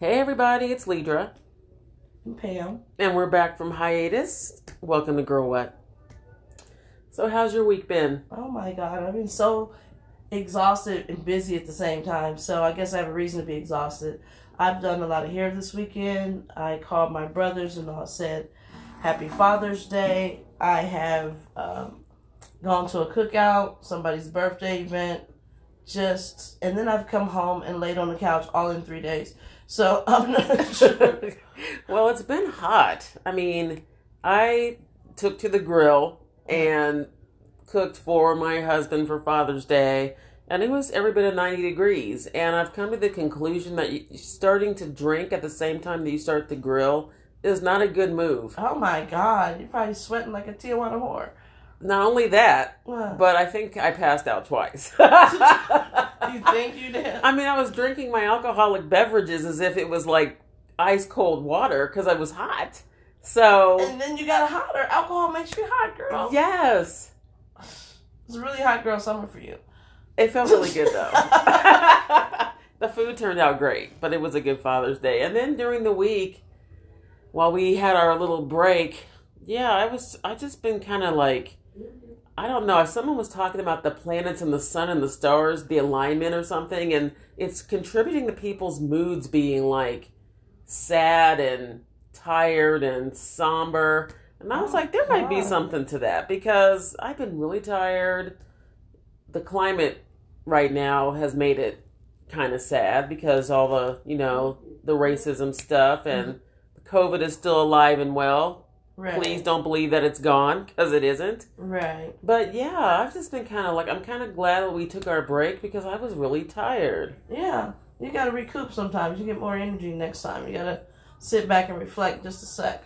Hey everybody, it's Lidra, I'm Pam. and we're back from hiatus. Welcome to Girl What. So, how's your week been? Oh my god, I've been so exhausted and busy at the same time. So I guess I have a reason to be exhausted. I've done a lot of hair this weekend. I called my brothers and all said Happy Father's Day. I have um, gone to a cookout, somebody's birthday event, just and then I've come home and laid on the couch all in three days. So I'm not sure. well, it's been hot. I mean, I took to the grill and cooked for my husband for Father's Day, and it was every bit of 90 degrees. And I've come to the conclusion that you, starting to drink at the same time that you start the grill is not a good move. Oh my god, you're probably sweating like a Tijuana whore. Not only that, Ugh. but I think I passed out twice. you think you did? I mean, I was drinking my alcoholic beverages as if it was like ice cold water because I was hot. So, And then you got hotter. Alcohol makes you hot, girl. yes, It's a really hot girl summer for you. it felt really good though. the food turned out great, but it was a good Father's Day. And then during the week, while we had our little break, yeah, I was, I just been kind of like, I don't know. Someone was talking about the planets and the sun and the stars, the alignment or something, and it's contributing to people's moods being like sad and tired and somber. And I was like, there might be God. something to that because I've been really tired. The climate right now has made it kind of sad because all the, you know, the racism stuff and COVID is still alive and well. Right. Please don't believe that it's gone because it isn't. Right. But yeah, I've just been kind of like I'm kind of glad that we took our break because I was really tired. Yeah. You gotta recoup sometimes. You get more energy next time. You gotta sit back and reflect just a sec.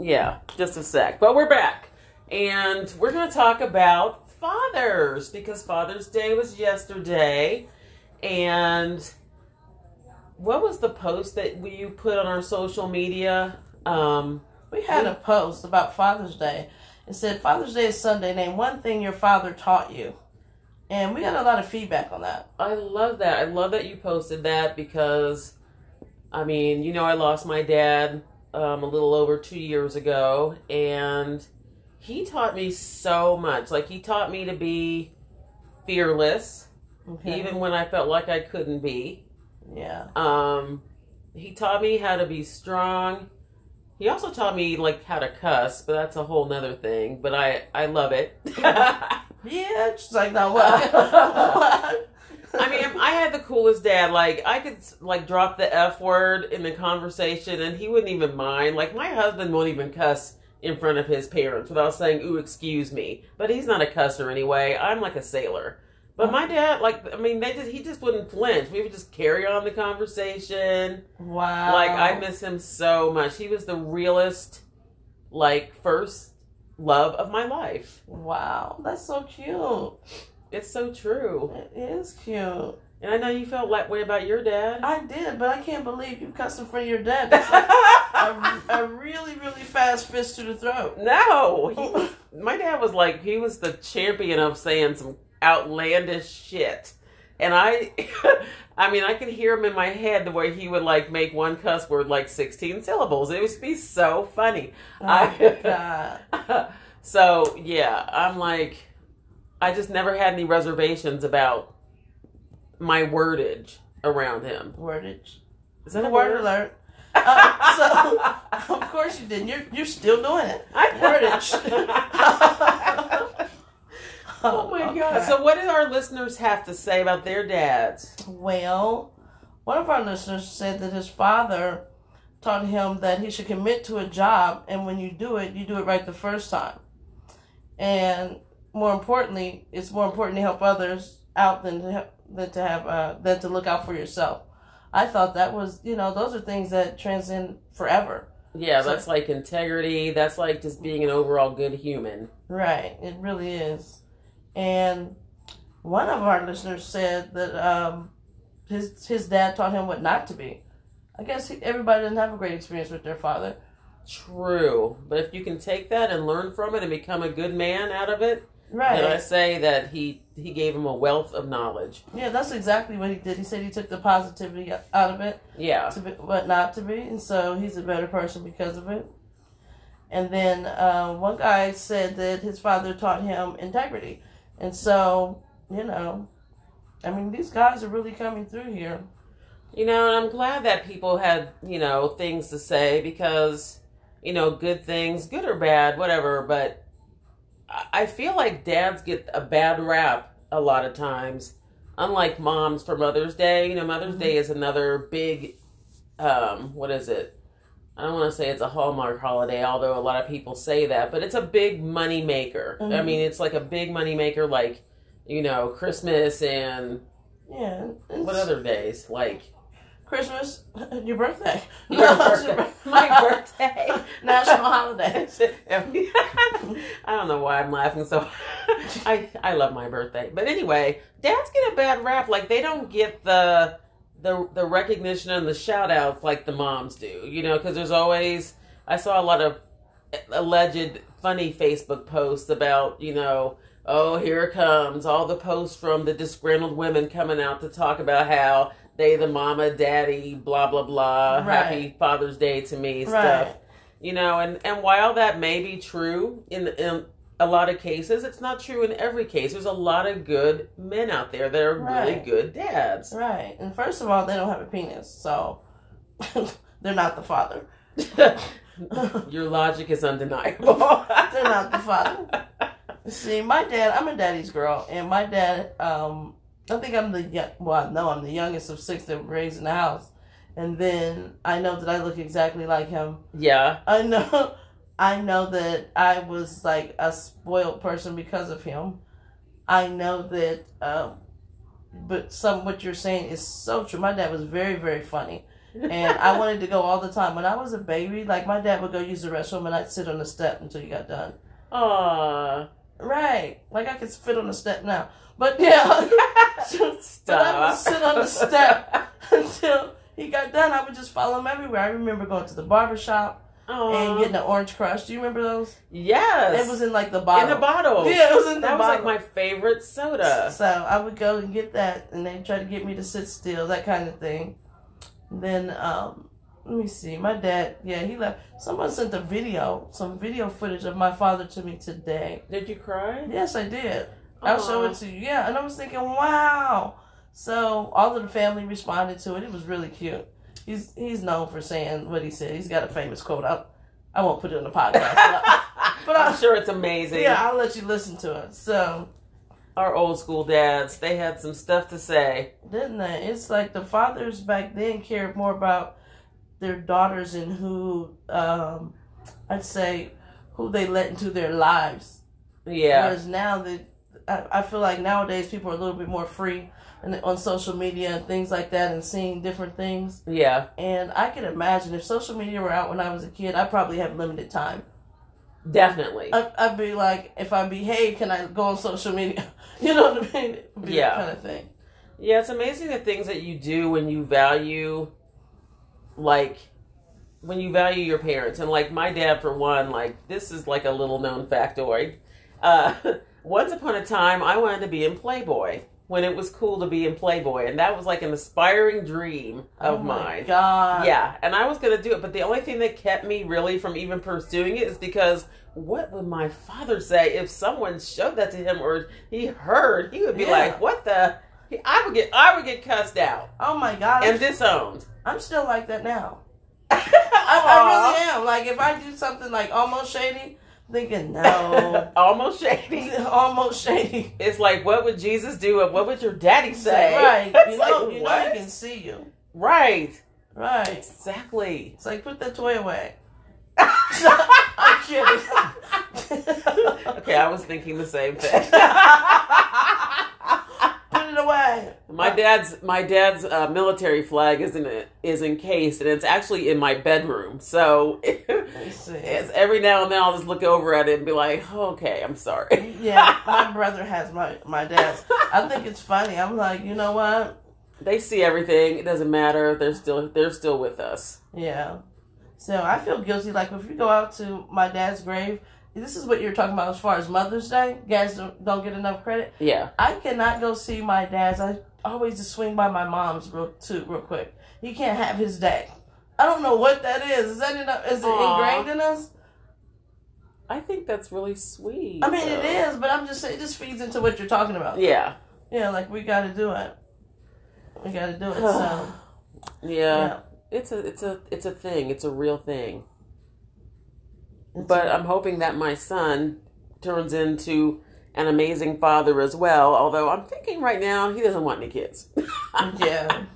Yeah, just a sec. But we're back. And we're going to talk about fathers because Father's Day was yesterday. And what was the post that we you put on our social media? Um, We had a post about Father's Day. It said Father's Day is Sunday. Name one thing your father taught you. And we got a lot of feedback on that. I love that. I love that you posted that because, I mean, you know, I lost my dad um, a little over two years ago, and he taught me so much. Like, he taught me to be fearless, Okay. even when I felt like I couldn't be. yeah. Um, he taught me how to be strong. He also taught me like how to cuss, but that's a whole nother thing. But I I love it. Yeah, she's like that what? what? I mean, I had the coolest dad. Like, I could like drop the f word in the conversation, and he wouldn't even mind. Like, my husband won't even cuss in front of his parents without saying "ooh, excuse me." But he's not a cusser anyway. I'm like a sailor. But my dad, like, I mean, they just he just wouldn't flinch. We would just carry on the conversation. Wow. Like, I miss him so much. He was the realest, like, first love of my life. Wow, that's so cute. It's so true. It is cute. And I know you felt that way about your dad. I did, but I can't believe you cussed in front of your dad. That's like a, a really, really fast fist to the throat. Oh No, he was, my dad was like he was the champion of saying some outlandish shit, and I, I mean, I could hear him in my head the way he would like make one cuss word like sixteen syllables. It would be so funny. Oh, God. so yeah, I'm like, I just never had any reservations about my wordage around him. Wordage. Is that a Word word? alert. Uh, so, of course you didn't. You're, you're still doing it. Wordage. Oh my god. okay. So what did our listeners have to say about their dads? Well, one of our listeners said that his father taught him that he should commit to a job, and when you do it, you do it right the first time. And more importantly, it's more important to help others out than to help, than to have uh, than to look out for yourself. I thought that was you know those are things that transcend forever. Yeah, So- that's like integrity. That's like just being an overall good human. Right, it really is. And one of our listeners said that um, his his dad taught him what not to be. I guess he, everybody doesn't have a great experience with their father. True. But if you can take that and learn from it and become a good man out of it, Right. Did I say that he he gave him a wealth of knowledge? Yeah, that's exactly what he did. He said he took the positivity out of it, Yeah. to be, what not to be, and so he's a better person because of it. And then uh, one guy said that his father taught him integrity, and so you know, I mean, these guys are really coming through here. You know, and I'm glad that people had, you know, things to say because, you know, good things, good or bad, whatever, but I I feel like dads get a bad rap a lot of times, unlike moms for Mother's Day. You know, Mother's Day is another big, um, what is it? I don't want to say it's a Hallmark holiday, although a lot of people say that, but it's a big money maker. I Mhm. mean, it's like a big money maker, like, you know, Christmas and Yeah. it's what other days? Like, Christmas, your birthday, Your birthday. My birthday. national holiday. I don't know why I'm laughing so I I love my birthday. But anyway, dads get a bad rap like they don't get the the the recognition and the shout outs like the moms do. You know, cuz there's always I saw a lot of eh, alleged funny Facebook posts about, you know, oh, here it comes all the posts from the disgruntled women coming out to talk about how they the mama, daddy, blah blah blah, Right. happy Father's Day to me stuff Right. you know and and while that may be true in in a lot of cases it's not true in every case there's a lot of good men out there that are really Right. good dads Right. And first of all, they don't have a penis, so they're not the father. your logic is undeniable They're not the father. See, my dad, I'm a daddy's girl, and my dad, um, I think I'm the young, well, I know I'm the youngest of six that were raised in the house. And then I know that I look exactly like him. yeah I know, I know that I was like a spoiled person because of him. I know that, um, but some what you're saying is so true. My dad was very very funny, and I wanted to go all the time. When I was a baby, like my dad would go use the restroom, and I'd sit on the step until he got done. Aw. Right, like I could fit on the step now. But yeah, But I would stop sit on the step until he got done. I would just follow him everywhere. I remember going to the barber shop Aw. and getting an orange crush. Do you remember those? yes It was in like the bottle. in a bottle Yeah, it was in the that was like bottle. my favorite soda So I would go and get that, and they try to get me to sit still, that kind of thing. Then um, let me see. My dad, yeah, he left. Someone sent a video, some video footage of my father to me today. did you cry Yes, I did. I'll show Aw. it to you. Yeah, and I was thinking, wow. So all of the family responded to it. It was really cute. He's he's known for saying what he said. He's got a famous quote. I, I won't put it on the podcast. but But I- I'm sure it's amazing. yeah, I'll let you listen to it. So Our old school dads, they had some stuff to say. didn't they? It's like the fathers back then cared more about their daughters and who um, I'd say who they let into their lives Yeah. Whereas now that I, I feel like nowadays people are a little bit more free and on social media and things like that and seeing different things. Yeah. And I can imagine if social media were out when I was a kid, I probably have limited time. Definitely. I, I'd be like, if I behave, can I go on social media? You know what I mean? It'd be Yeah. That kind of thing. Yeah, it's amazing the things that you do when you value, like, when you value your parents. And, like, my dad, for one, like, this is like a little known factoid. Uh, once upon a time, I wanted to be in Playboy when it was cool to be in Playboy. And that was like an aspiring dream of oh My mine. God. Yeah, and I was gonna do it, but the only thing that kept me really from even pursuing it is because what would my father say if someone showed that to him or he heard? He would be Yeah. like, "What the?" I would get I would get cussed out Oh my God. and disowned. I'm still like that now. I, Aw. I really am. Like if I do something like almost shady, thinking no, almost shady. almost shady. It's like, what would Jesus do? And what would your daddy say? Right. It's You like, know, you know what? he can see you. Right. Right. Exactly. It's like put that toy away. I'm kidding. okay, I was thinking the same thing. put it away. My dad's my dad's uh, military flag is in it is encased, and it's actually in my bedroom. So Let's see. it's every now and then I'll just look over at it and be like, "Okay, I'm sorry." Yeah, my brother has my my dad's. I think it's funny. I'm like, you know what? they see everything; it doesn't matter. They're still they're still with us. Yeah. So I feel guilty. Like if we go out to my dad's grave this is what you're talking about as far as Mother's Day. Guys don't, don't get enough credit. Yeah. I cannot go see my dad's. I always just swing by my mom's real too real quick. He can't have his day. I don't know what that is. Is that in, is it Aw. ingrained in us? I think that's really sweet. I mean, it though. is, but I'm just saying, it just feeds into what you're talking about. Yeah. Yeah, like we got to do it. We got to do it. So yeah. yeah, It's a it's a it's a thing. It's a real thing. It's- But I'm hoping that my son turns into an amazing father as well. Although I'm thinking right now he doesn't want any kids. yeah,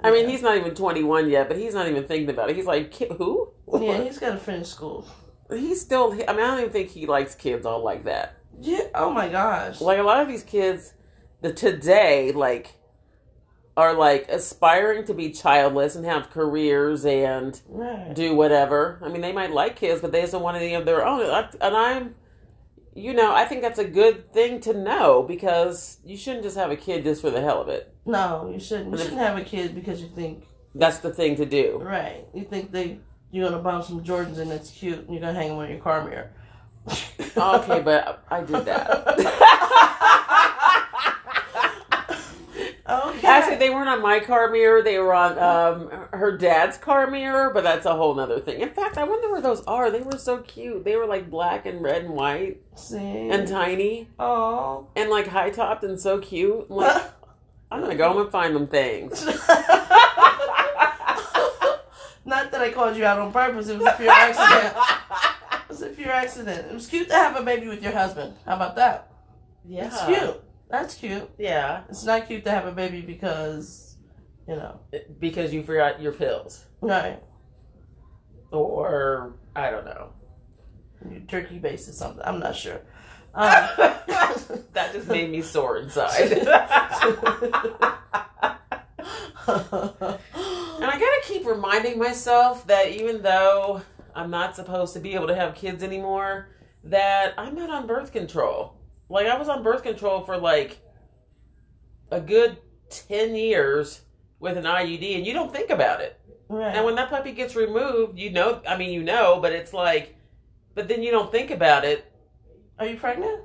I mean, Yeah. he's not even 21 yet, but he's not even thinking about it. He's like, "Ki- who? yeah. He's got to finish school. He's still. I mean, I don't even think he likes kids all like that. Yeah. Oh my gosh. like a lot of these kids the today like are like aspiring to be childless and have careers and Right. do whatever i mean they might like kids but they just don't want any of their own I- and i'm you know i think that's a good thing to know because you shouldn't just have a kid just for the hell of it No, you shouldn't. You But if- shouldn't have a kid because you think that's the thing to do right. You think they you're gonna buy 'em some Jordans and it's cute. and You're gonna hang them on your car mirror. okay but i did that Okay. actually they weren't on my car mirror they were on um, her dad's car mirror but that's a whole nother thing in fact i wonder where those are they were so cute they were like black and red and white See. and tiny oh. and like high topped and so cute I'm like i'm gonna go home and find them things Not that I called you out on purpose. It was a pure accident. It was a pure accident. It was cute to have a baby with your husband. How about that? yeah It's cute. That's cute. yeah It's not cute to have a baby because, you know, because you forgot your pills right? or i don't know Your turkey based or something. I'm not sure. Um, that just made me sore inside And I gotta keep reminding myself that even though I'm not supposed to be able to have kids anymore, that I'm not on birth control. Like I was on birth control for like a good ten years with an IUD, and you don't think about it. right. And when that puppy gets removed, you know. I mean, you know, but it's like, but then you don't think about it. Are you pregnant?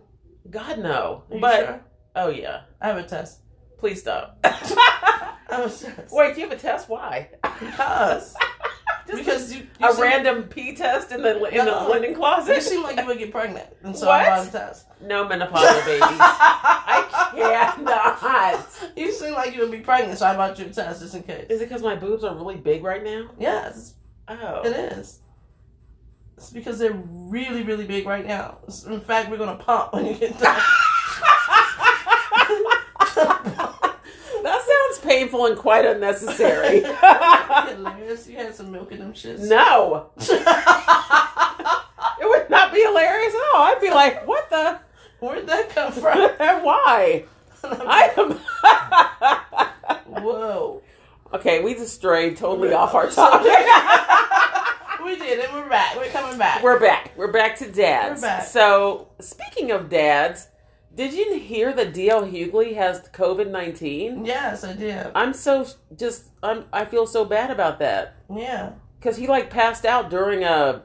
God no. Are you But sure? oh yeah, I have a test. please stop. I have a test. Wait, do you have a test? Why? Because. Just because you, you a seem- random pee test in the in the No. linen You closet. seem like you would get pregnant, and so What? I bought a test. No menopausal babies. I cannot. You seem like you would be pregnant, so I bought you a test just in case. Is it because my boobs are really big right now? Yes, it Oh. is. It's because they're really, really big right now. It's- In fact, we're gonna pump when you get done. that sounds painful and quite unnecessary. Hilarious. You had some milk in them shits. no. It would not be hilarious at all. I'd be like, what the? Where'd that come from? Why? I am. Whoa. okay, we just strayed totally off our topic. We did it. We're back. We're coming back. We're back. We're back to dads. We're back. So, speaking of dads, did you hear that DL Hughley has COVID 19? yes, I did. I'm so just, I'm, I feel so bad about that. Yeah. Because he like passed out during a,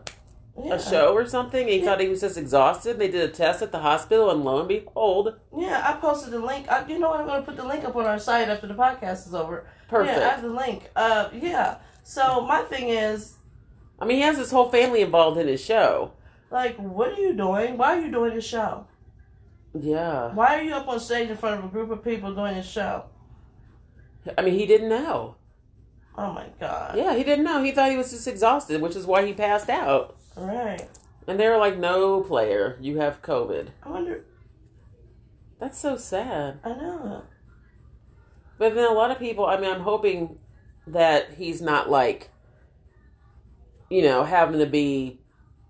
yeah. a show or something and he thought he was just exhausted. They did a test at the hospital and lo and behold, Yeah, I posted the link. I, you know what? I'm going to put the link up on our site after the podcast is over. perfect. Yeah, I have the link. Uh, yeah. So my thing is, I mean, he has his whole family involved in his show. like, what are you doing? Why are you doing this show? Yeah. Why are you up on stage in front of a group of people doing this show? I mean, he didn't know. Oh my god. Yeah, he didn't know. He thought he was just exhausted, which is why he passed out. Right. And they were like, no, player, you have COVID. I wonder. That's so sad. I know. But then a lot of people, I mean, I'm hoping that he's not like, you know, having to be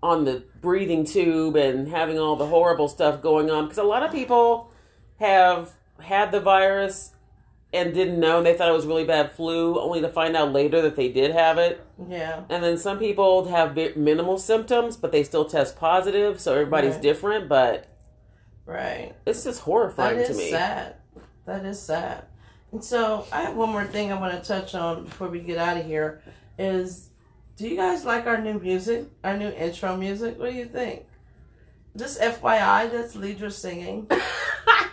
on the breathing tube and having all the horrible stuff going on. Because a lot of people have had the virus and didn't know. They thought it was really bad flu, only to find out later that they did have it. Yeah. And then some people have vi- minimal symptoms, but they still test positive. So everybody's Right. different. But Right. it's just That horrifying to is me. sad. That is sad. And so I have one more thing I want to touch on before we get out of here. Is do you guys like our new music? Our new intro music? What do you think? Just FYI, that's Ledra singing.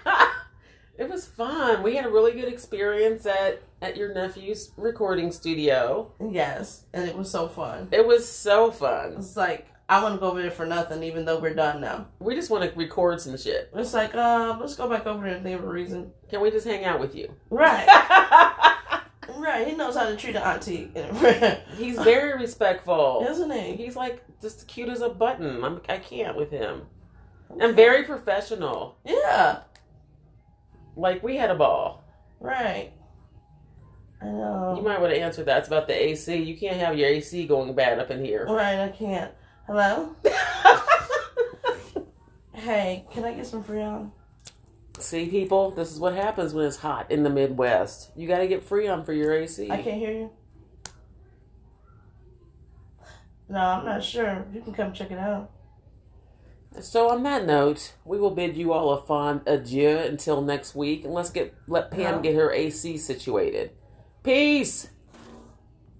it was fun. We had a really good experience at at your nephew's recording studio. Yes, and it was so fun. It was so fun. It's like I want to go over there for nothing, even though we're done now. We just want to record some shit. It's like, uh, let's go back over there and think of a reason. Can we just hang out with you? Right, right. He knows how to treat an auntie, He's very respectful. isn't he? He's like just cute as a button. I'm, I can't with him. And very professional. Yeah, Like we had a ball. right. I know. You might want to answer that. It's about the AC. You can't have your AC going bad up in here. Right, I can't. Hello. Hey, can I get some Freon? See, people, this is what happens when it's hot in the Midwest. You got to get Freon for your AC. I can't hear you. No, I'm not sure. You can come check it out. So on that note, we will bid you all a fond adieu until next week, and let's get let Pam Yeah. get her AC situated. Peace.